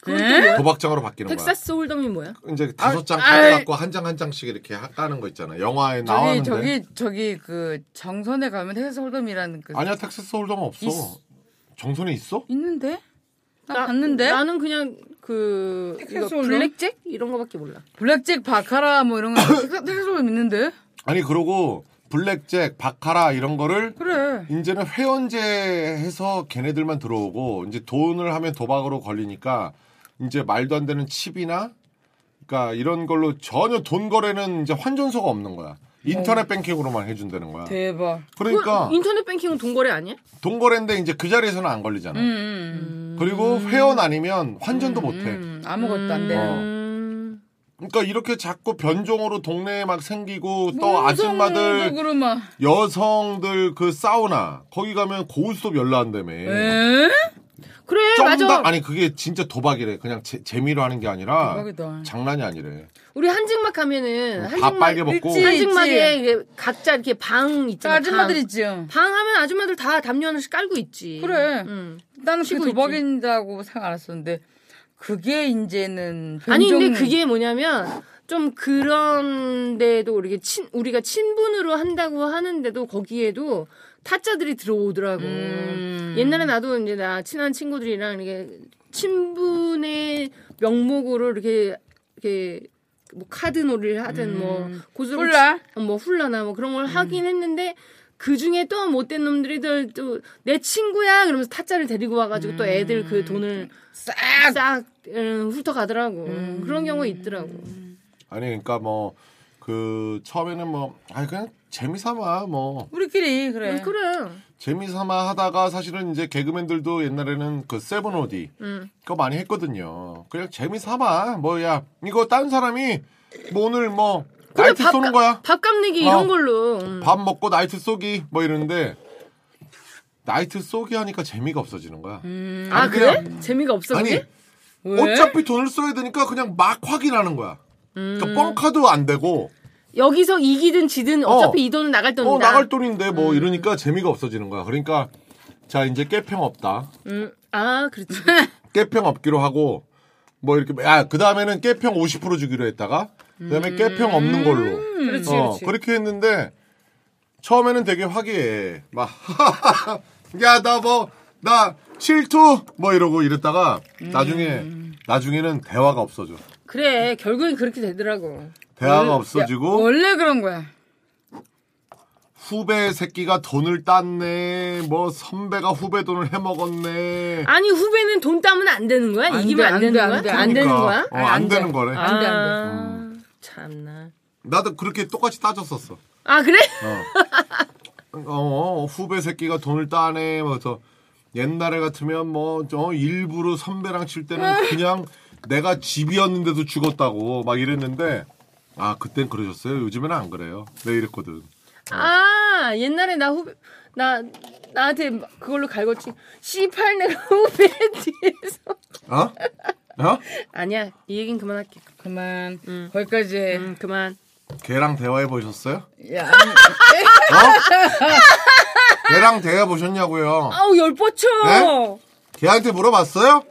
Speaker 3: 그건
Speaker 4: 네?
Speaker 2: 도박장으로 바뀌는 거야.
Speaker 4: 텍사스 홀덤이 뭐야?
Speaker 2: 이제 다섯 장
Speaker 3: 아이.
Speaker 2: 카드 갖고 한 장 한 장씩 이렇게 하- 까는 거 있잖아. 영화에
Speaker 3: 저기
Speaker 2: 나왔는데.
Speaker 3: 저기 저기 그 정선에 가면 해서 홀덤이라는 그
Speaker 2: 아니야 텍사스 홀덤 없어.
Speaker 3: 있-
Speaker 2: 정선에 있어?
Speaker 3: 있는데? 나, 봤는데?
Speaker 4: 나는 그냥 그 이거
Speaker 3: 홀덤?
Speaker 4: 블랙잭 이런 거밖에 몰라.
Speaker 3: 블랙잭 바카라 뭐 이런 거 텍사- 텍사스 홀덤 있는데?
Speaker 2: 아니 그러고 블랙잭, 바카라 이런 거를
Speaker 3: 그래.
Speaker 2: 이제는 회원제 해서 걔네들만 들어오고 이제 돈을 하면 도박으로 걸리니까 이제 말도 안 되는 칩이나 그러니까 이런 걸로 전혀 돈 거래는 이제 환전소가 없는 거야.
Speaker 3: 네.
Speaker 2: 인터넷 뱅킹으로만 해준다는 거야.
Speaker 3: 대박.
Speaker 2: 그러니까
Speaker 4: 그거 인터넷 뱅킹은 동거래 아니야?
Speaker 2: 동거래인데 이제 그 자리에서는 안 걸리잖아.
Speaker 3: 음, 음,
Speaker 2: 그리고 회원 아니면 환전도 못해.
Speaker 3: 음, 아무것도 안 되는.
Speaker 2: 어.
Speaker 4: 음.
Speaker 2: 그러니까 이렇게 자꾸 변종으로 동네에 막 생기고 어. 또
Speaker 3: 너무
Speaker 2: 아줌마들
Speaker 3: 성공적으로 막.
Speaker 2: 여성들 그 사우나 거기 가면 고스톱 열나한다며.
Speaker 3: 에?
Speaker 4: 그래 맞아.
Speaker 2: 정당 아니 그게 진짜 도박이래. 그냥 재, 재미로 하는 게 아니라
Speaker 3: 대박이다.
Speaker 2: 장난이 아니래.
Speaker 4: 우리 한증막 가면은
Speaker 2: 밥
Speaker 4: 한증막
Speaker 2: 빨개 먹고.
Speaker 3: 일찍.
Speaker 4: 한증막에 이게 각자 이렇게 방
Speaker 3: 그
Speaker 4: 있잖아.
Speaker 3: 아줌마들
Speaker 4: 방.
Speaker 3: 있지요.
Speaker 4: 방 하면 아줌마들 다 담요 하나씩 깔고 있지.
Speaker 3: 그래.
Speaker 4: 음.
Speaker 3: 나는 그게
Speaker 4: 쉬고 있지.
Speaker 3: 도박인다고 생각 안 했었는데 그게 이제는
Speaker 4: 아니 근데
Speaker 3: 변종-
Speaker 4: 그게 뭐냐면 좀 그런데도 우리가 친 우리가 친분으로 한다고 하는데도 거기에도 타짜들이 들어오더라고.
Speaker 3: 음.
Speaker 4: 옛날에 나도 이제 나 친한 친구들이랑 이게 친분의 명목으로 이렇게 이렇게 뭐 카드 놀이를 하든 뭐 고소를
Speaker 3: 음. 훌라? 음.
Speaker 4: 치- 어, 뭐 훌라나 뭐 그런 걸 하긴 했는데 그 중에 또 못된 놈들이들 또 내 친구야 그러면서 타짜를 데리고 와가지고
Speaker 3: 음.
Speaker 4: 또 애들 그 돈을
Speaker 3: 싹
Speaker 4: 싹 아! 음, 훑어가더라고. 그런 경우가 있더라고.
Speaker 2: 아니 그러니까 뭐 그 처음에는 뭐 아니 그냥 재미삼아 뭐
Speaker 3: 우리끼리 그래.
Speaker 4: 음, 그래.
Speaker 2: 재미삼아 하다가 사실은 이제 개그맨들도 옛날에는 그 세븐오디
Speaker 4: 음.
Speaker 2: 그거 많이 했거든요. 그냥 재미삼아 뭐 야 이거 딴 사람이 뭐 오늘 뭐 나이트
Speaker 4: 밥
Speaker 2: 쏘는
Speaker 4: 값-
Speaker 2: 거야.
Speaker 4: 밥값 내기
Speaker 2: 어.
Speaker 4: 이런 걸로. 음.
Speaker 2: 밥 먹고 나이트 쏘기 뭐 이러는데 나이트 쏘기 하니까 재미가 없어지는 거야.
Speaker 4: 아
Speaker 2: 아니,
Speaker 4: 그래?
Speaker 2: 그냥-
Speaker 4: 재미가 없어
Speaker 2: 아니
Speaker 4: 그게?
Speaker 3: 왜?
Speaker 2: 어차피 돈을 써야 되니까 그냥 막 확인하는 거야.
Speaker 4: 음.
Speaker 2: 그러니까 뻥카도 안 되고
Speaker 4: 여기서 이기든 지든 어차피
Speaker 2: 어.
Speaker 4: 이 돈은 나갈 음. 돈이다.
Speaker 2: 어 나갈 돈인데 뭐 이러니까 재미가 없어지는 거야. 그러니까 자 이제 깨평 없다.
Speaker 4: 음. 아 그렇지.
Speaker 2: 깨평 없기로 하고 뭐 이렇게 아그 다음에는 깨평 50% 주기로 했다가 그다음에 깨평 없는 걸로
Speaker 4: 음. 그렇지
Speaker 2: 어,
Speaker 4: 그렇지.
Speaker 2: 그렇게 했는데 처음에는 되게 화기해 막야나뭐나 실투 뭐 이러고 이랬다가
Speaker 4: 음.
Speaker 2: 나중에 나중에는 대화가 없어져
Speaker 4: 그래 결국엔 그렇게 되더라고.
Speaker 2: 대화가
Speaker 4: 음.
Speaker 2: 없어지고
Speaker 3: 원래 그런 거야.
Speaker 2: 후배 새끼가 돈을 땄네 뭐 선배가 후배 돈을 해먹었네
Speaker 4: 아니 후배는 돈 따면 안 되는 거야?
Speaker 3: 안
Speaker 4: 이기면
Speaker 3: 돼,
Speaker 4: 안,
Speaker 3: 안
Speaker 4: 되는
Speaker 3: 돼,
Speaker 4: 거야? 그러니까.
Speaker 3: 안 돼,
Speaker 4: 안 되는 거야?
Speaker 2: 어, 안
Speaker 3: 안 돼.
Speaker 2: 되는 거래
Speaker 3: 안 돼, 안 돼.
Speaker 4: 아, 참나.
Speaker 2: 나도 그렇게 똑같이 따졌었어
Speaker 4: 아 그래?
Speaker 2: 어, 후배 새끼가 돈을 따네. 뭐, 저, 옛날에 같으면 뭐, 저, 일부러 선배랑 칠 때는 그냥 내가 집이었는데도 죽었다고 막 이랬는데, 아, 그땐 그러셨어요? 요즘에는 안 그래요. 네, 이랬거든.
Speaker 4: 아 옛날에 나 후배 나 나한테 막 그걸로 갈궜지. 씨팔 내가 후배 뒤에서.
Speaker 2: 어? 어?
Speaker 4: 아니야 이 얘긴 그만할게.
Speaker 3: 그만 거기까지. 해.
Speaker 4: 음 그만.
Speaker 2: 걔랑 대화해 보셨어요? 어?
Speaker 3: 야, 아니,
Speaker 2: 걔랑 대화해 보셨냐고요?
Speaker 4: 아우 열 뻗쳐.
Speaker 2: 네? 걔한테 물어봤어요?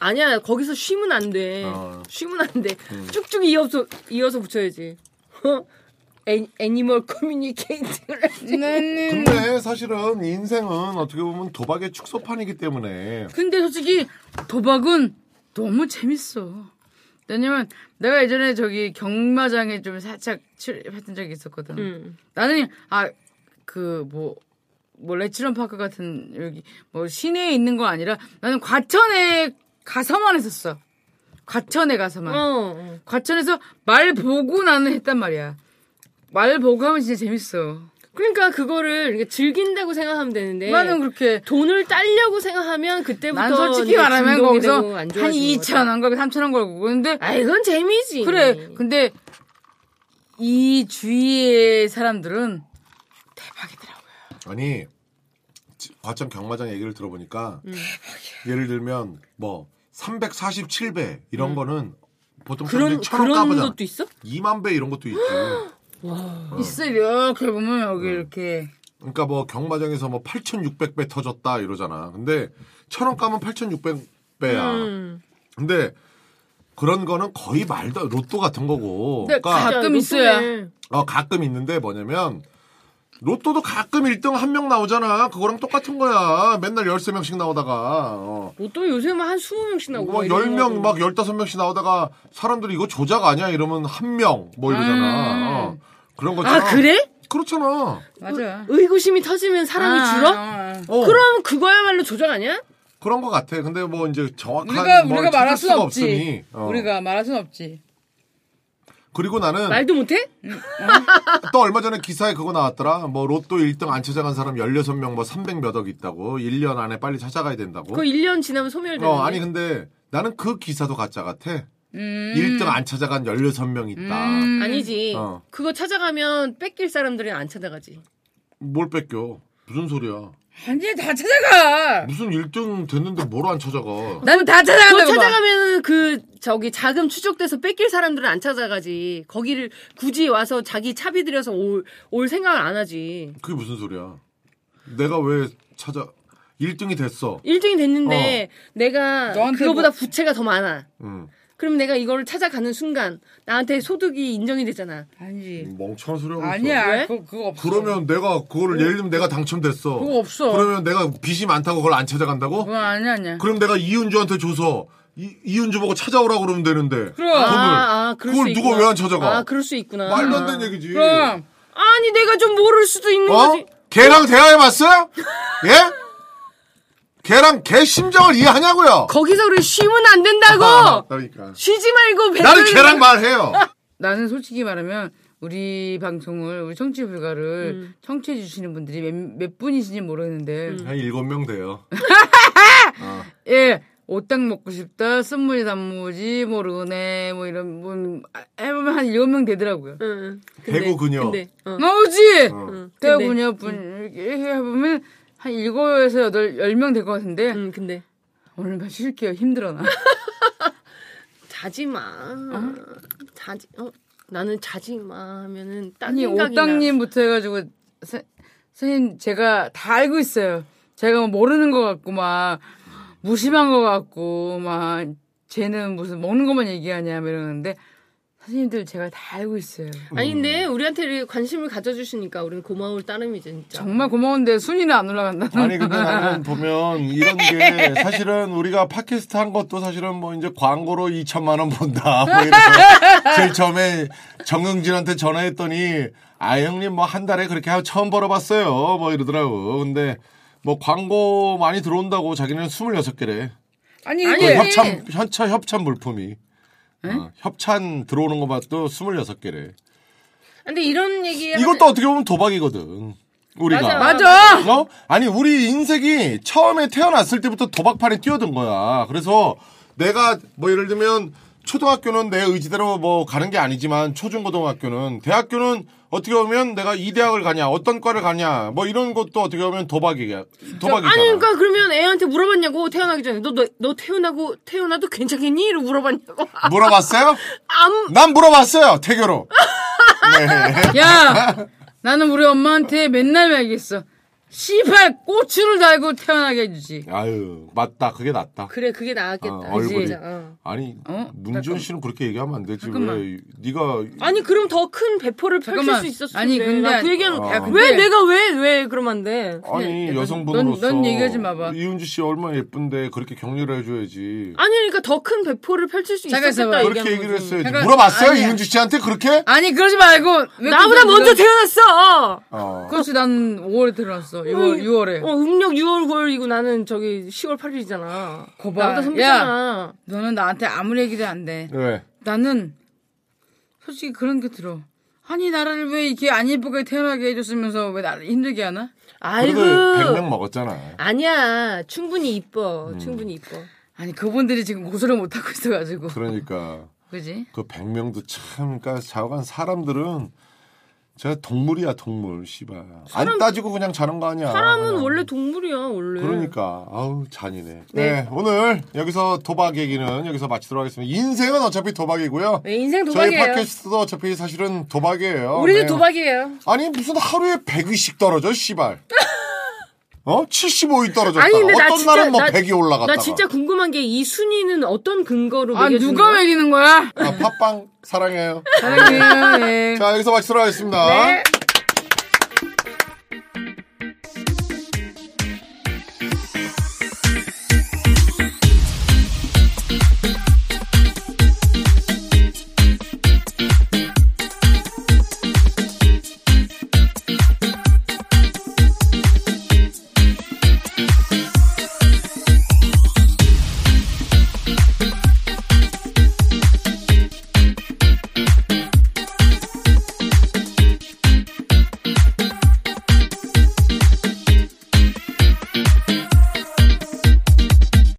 Speaker 4: 아니야 거기서 쉬면 안 돼.
Speaker 2: 어.
Speaker 4: 쉬면 안 돼. 쭉쭉 이어서 이어서 붙여야지. 어? 애, 애니멀 커뮤니케이터를.
Speaker 3: 나는
Speaker 2: 근데 사실은 인생은 어떻게 보면 도박의 축소판이기 때문에
Speaker 3: 근데 솔직히 도박은 너무 재밌어. 왜냐면 내가 예전에 저기 경마장에 좀 살짝 출입했던 적이 있었거든.
Speaker 4: 음.
Speaker 3: 나는 아 그 뭐 뭐 레츠런 파크 같은 여기 뭐 시내에 있는 거 아니라 나는 과천에 가서만 했었어. 과천에 가서만.
Speaker 4: 어.
Speaker 3: 과천에서 말 보고 나는 했단 말이야. 말 보고 하면 진짜 재밌어.
Speaker 4: 그러니까 그거를 이렇게 즐긴다고 생각하면 되는데.
Speaker 3: 나는 그렇게
Speaker 4: 돈을 따려고 생각하면 네. 그때부터
Speaker 3: 난 솔직히
Speaker 4: 이제
Speaker 3: 말하면
Speaker 4: 진동이
Speaker 3: 거기서
Speaker 4: 되고
Speaker 3: 한
Speaker 4: 안 좋아지는
Speaker 3: 2천
Speaker 4: 거다.
Speaker 3: 원 걸고 3천 원 걸고 근데
Speaker 4: 아 이건 재미지.
Speaker 3: 그래 근데 이 주위의 사람들은 대박이더라고요.
Speaker 2: 아니 지- 과천 경마장 얘기를 들어보니까
Speaker 4: 음.
Speaker 2: 예를 들면 뭐 347배 이런 거는 보통
Speaker 4: 음. 그런
Speaker 2: 사람들이 천원
Speaker 4: 그런
Speaker 2: 까보잖아.
Speaker 4: 것도 있어?
Speaker 2: 2만 배 이런 것도 있지.
Speaker 3: 있어 이렇게 보면 여기 이렇게
Speaker 2: 그러니까 뭐 경마장에서 뭐 8,600배 터졌다 이러잖아. 근데 천원 까면 8,600배야.
Speaker 4: 음.
Speaker 2: 근데 그런 거는 거의 말도 로또 같은 거고.
Speaker 4: 네,
Speaker 3: 근데
Speaker 2: 그러니까
Speaker 3: 가끔 아, 있어야.
Speaker 2: 어, 가끔 있는데 뭐냐면 로또도 가끔 1등 한 명 나오잖아. 그거랑 똑같은 거야. 맨날 13명씩 나오다가. 어.
Speaker 4: 뭐또 요새만 한 20명씩 나오고
Speaker 3: 뭐
Speaker 2: 막
Speaker 4: 막 이런
Speaker 2: 뭐 10명,
Speaker 4: 거고.
Speaker 2: 막 15명씩 나오다가 사람들이 이거 조작 아니야? 이러면 한 명, 뭐 이러잖아.
Speaker 3: 음.
Speaker 2: 어. 그런 거잖아.
Speaker 4: 아 그래?
Speaker 2: 그렇잖아.
Speaker 3: 맞아.
Speaker 4: 의구심이 터지면 어, 사람이
Speaker 3: 아,
Speaker 4: 줄어?
Speaker 3: 아, 아.
Speaker 2: 어.
Speaker 4: 그럼 그거야말로 조작 아니야?
Speaker 2: 그런 거 같아. 근데 뭐 이제 정확한
Speaker 3: 우리가
Speaker 2: 뭘
Speaker 3: 우리가
Speaker 2: 찾을
Speaker 3: 말할 순
Speaker 2: 수가
Speaker 3: 없지.
Speaker 2: 없으니. 어.
Speaker 3: 우리가 말할 순 없지.
Speaker 2: 그리고 나는
Speaker 4: 말도 못해?
Speaker 2: 또 얼마 전에 기사에 그거 나왔더라. 뭐 로또 1등 안 찾아간 사람 16명 뭐 300몇억 있다고. 1년 안에 빨리 찾아가야 된다고.
Speaker 4: 그거 1년 지나면 소멸되는
Speaker 2: 뭐? 어, 아니 근데 나는 그 기사도 가짜 같아.
Speaker 3: 음.
Speaker 2: 1등 안 찾아간 16명 있다.
Speaker 3: 음.
Speaker 4: 아니지.
Speaker 2: 어.
Speaker 4: 그거 찾아가면 뺏길 사람들은 안 찾아가지.
Speaker 2: 뭘 뺏겨? 무슨 소리야?
Speaker 3: 아니 다 찾아가.
Speaker 2: 무슨 1등 됐는데 뭘 안 찾아가?
Speaker 3: 난 다
Speaker 4: 그거
Speaker 3: 찾아간다고 봐.
Speaker 4: 찾아가면은 그 저기 자금 추적돼서 뺏길 사람들은 안 찾아가지. 거기를 굳이 와서 자기 차비 들여서 올, 올 생각을 안 하지.
Speaker 2: 그게 무슨 소리야? 내가 왜 찾아 1등이 됐어?
Speaker 4: 1등이 됐는데
Speaker 2: 어.
Speaker 4: 내가
Speaker 3: 너한테
Speaker 4: 그거보다
Speaker 3: 뭐-
Speaker 4: 부채가 더 많아.
Speaker 2: 응.
Speaker 4: 그럼 내가 이거를 찾아가는 순간 나한테 소득이 인정이 되잖아.
Speaker 3: 아니지.
Speaker 2: 멍청한 소리 하고 있어.
Speaker 3: 아니야.
Speaker 4: 왜?
Speaker 3: 그 그거 없어.
Speaker 2: 그러면 내가 그거를 예를 들면 내가 당첨됐어.
Speaker 3: 그거 없어.
Speaker 2: 그러면 내가 빚이 많다고 그걸 안 찾아간다고?
Speaker 3: 그건 아니야 아니야.
Speaker 2: 그럼 내가 이은주한테 줘서 이, 이은주 보고 찾아오라고 그러면 되는데.
Speaker 3: 그럼.
Speaker 2: 돈을.
Speaker 4: 아, 아, 그럴
Speaker 2: 그걸
Speaker 4: 수
Speaker 2: 누가
Speaker 4: 있구나.
Speaker 2: 왜 안 찾아가?
Speaker 4: 아, 그럴 수 있구나.
Speaker 2: 말도 안 되는 얘기지.
Speaker 3: 그럼
Speaker 4: 아니, 내가 좀 모를 수도 있는
Speaker 2: 어?
Speaker 4: 거지.
Speaker 2: 걔랑 대화해봤어요? 예? 걔랑 걔 심정을 이해하냐고요?
Speaker 4: 거기서 그래 쉬면 안 된다고.
Speaker 2: 아, 그러니까.
Speaker 4: 쉬지 말고 배달
Speaker 2: 나는 걔랑 말해요.
Speaker 3: 나는 솔직히 말하면 우리 방송을 우리 청취 불가를 청취해 주시는 분들이 몇, 몇 분이신지 모르겠는데
Speaker 4: 음.
Speaker 2: 한 일곱 명 돼요.
Speaker 3: 예. 오딱 먹고 싶다, 쓴무지 단무지, 모르네, 뭐 이런, 뭐, 아, 해보면 한 일곱 명 되더라고요.
Speaker 4: 응.
Speaker 2: 대구 그녀.
Speaker 4: 근데, 어.
Speaker 3: 나오지!
Speaker 2: 응.
Speaker 3: 대구냐, 분, 이렇게 해보면 한 일곱에서 여덟, 열 명 될 것 같은데,
Speaker 4: 응, 근데
Speaker 3: 오늘만 쉴게요. 힘들어, 나.
Speaker 4: 자지 마.
Speaker 2: 어?
Speaker 4: 자지. 어, 나는 자지 마 하면은 딴
Speaker 3: 아니,
Speaker 4: 생각이 나.
Speaker 3: 오딱님부터 해가지고, 세- 선생님, 제가 다 알고 있어요. 제가 뭐 모르는 것 같고, 막, 무심한 것 같고, 막, 쟤는 무슨 먹는 것만 얘기하냐, 막 이러는데, 선생님들 제가 다 알고 있어요.
Speaker 4: 아니 근데
Speaker 2: 음.
Speaker 4: 우리한테 관심을 가져주시니까 우리는 고마울 따름이지 진짜.
Speaker 3: 정말 고마운데 순위는 안 올라간다.
Speaker 2: 아니 근데 나는 보면 이런 게 사실은 우리가 팟캐스트 한 것도 사실은 뭐 이제 광고로 2천만 원 번다 뭐 이래서 제일 처음에 정영진한테 전화했더니 아 형님 뭐 한 달에 그렇게 하- 처음 벌어봤어요 뭐 이러더라고 근데 뭐 광고 많이 들어온다고 자기는 26개래 그
Speaker 3: 아니
Speaker 4: 아니,
Speaker 3: 이게
Speaker 4: 네. 밥-
Speaker 2: 협찬 협찬 협찬 물품이 어, 협찬 들어오는 거 봐도 26개래
Speaker 4: 예, 근데 이런 얘기
Speaker 2: 이것도 어떻게 보면 도박이거든 우리가
Speaker 4: 맞아.
Speaker 3: 맞아.
Speaker 2: 어? 아니 우리 인생이 처음에 태어났을 때부터 도박판에 뛰어든 거야. 그래서 내가 뭐 예를 들면 초등학교는 내 의지대로 뭐 가는 게 아니지만 초중고등학교는 대학교는 어떻게 보면 내가 이 대학을 가냐 어떤 과를 가냐 뭐 이런 것도 어떻게 보면 도박이야. 도박이잖아.
Speaker 4: 아니 그러니까 그러면 애한테 물어봤냐고 태어나기 전에 너 너 태어나고 태어나도 괜찮겠니? 이러 물어봤냐고.
Speaker 2: 물어봤어요?
Speaker 4: 안
Speaker 2: 난 물어봤어요. 태교로. 네.
Speaker 3: 야 나는 우리 엄마한테 맨날 말했어. 씨발 고추를 달고 태어나게 해주지.
Speaker 2: 아유 맞다. 그게 낫다.
Speaker 4: 그래 그게 나았겠다.
Speaker 2: 어, 얼굴이.
Speaker 4: 진짜, 어.
Speaker 2: 아니
Speaker 3: 어?
Speaker 2: 문준 씨는 그렇게 얘기하면 안 되지. 왜 네가
Speaker 4: 아니 그럼 더 큰 배포를 펼칠
Speaker 3: 잠깐만.
Speaker 4: 수 있었을
Speaker 3: 아니,
Speaker 4: 텐데.
Speaker 3: 근데
Speaker 4: 나그 얘기는
Speaker 3: 아니- 야, 근데-
Speaker 4: 왜 내가 왜 왜 그러면 안 돼?
Speaker 2: 아니
Speaker 3: 넌-
Speaker 2: 여성분으로서
Speaker 3: 넌 얘기하지 마봐.
Speaker 2: 이은주 씨 얼마나 예쁜데 그렇게 격려를 해줘야지.
Speaker 4: 아니 그러니까 더 큰 배포를 펼칠 수
Speaker 3: 잠깐,
Speaker 4: 있었다
Speaker 3: 잠깐.
Speaker 2: 그렇게 얘기를 했어야지.
Speaker 3: 그러니까-
Speaker 2: 물어봤어요
Speaker 3: 아니야.
Speaker 2: 이은주 씨한테 그렇게?
Speaker 3: 아니 그러지 말고 왜
Speaker 4: 나보다
Speaker 3: 그러지?
Speaker 4: 먼저 태어났어.
Speaker 2: 어.
Speaker 3: 그렇지 난 5월에 들어왔어. 6월, 6월에.
Speaker 4: 어, 음력 6월 9월이고 나는 저기 10월 8일이잖아.
Speaker 3: 거봐.
Speaker 4: 나보다 선배잖아.
Speaker 3: 너는 나한테 아무 얘기도 안 돼.
Speaker 2: 왜?
Speaker 3: 나는 솔직히 그런 게 들어. 아니 나를 왜 이렇게 안 예쁘게 태어나게 해줬으면서 왜 나를 힘들게 하나?
Speaker 4: 아이고.
Speaker 2: 그래도 100명 음. 먹었잖아.
Speaker 4: 아니야. 충분히 이뻐. 충분히 이뻐.
Speaker 3: 아니 그분들이 지금 고소를 못 하고 있어가지고.
Speaker 2: 그러니까
Speaker 3: 그지?
Speaker 2: 그 100명도 참 그러니까 자간 사람들은 제가 동물이야 동물 씨발. 안 따지고 그냥 자는 거 아니야.
Speaker 4: 사람은
Speaker 2: 그냥.
Speaker 4: 원래 동물이야, 원래.
Speaker 2: 그러니까 아우 잔인해.
Speaker 4: 네.
Speaker 2: 네 오늘 여기서 도박 얘기는 여기서 마치도록 하겠습니다. 인생은 어차피 도박이고요.
Speaker 4: 네, 인생
Speaker 2: 저희
Speaker 4: 도박이에요.
Speaker 2: 팟캐스트도 어차피 사실은 도박이에요.
Speaker 4: 우리도
Speaker 2: 네.
Speaker 4: 도박이에요.
Speaker 2: 아니 무슨 하루에 100위씩 떨어져 씨발. 어? 75위 떨어졌다.
Speaker 4: 아니 근데 나
Speaker 2: 어떤
Speaker 4: 진짜
Speaker 2: 날은 뭐
Speaker 4: 나,
Speaker 2: 100위 올라갔다.
Speaker 4: 나 진짜 궁금한 게 이 순위는 어떤 근거로
Speaker 3: 아
Speaker 4: 매겨주는
Speaker 3: 누가
Speaker 4: 거야?
Speaker 3: 매기는 거야?
Speaker 2: 아, 팟빵 사랑해요.
Speaker 3: 사랑해요. 예.
Speaker 2: 자 여기서 마치도록 하겠습니다.
Speaker 4: 네.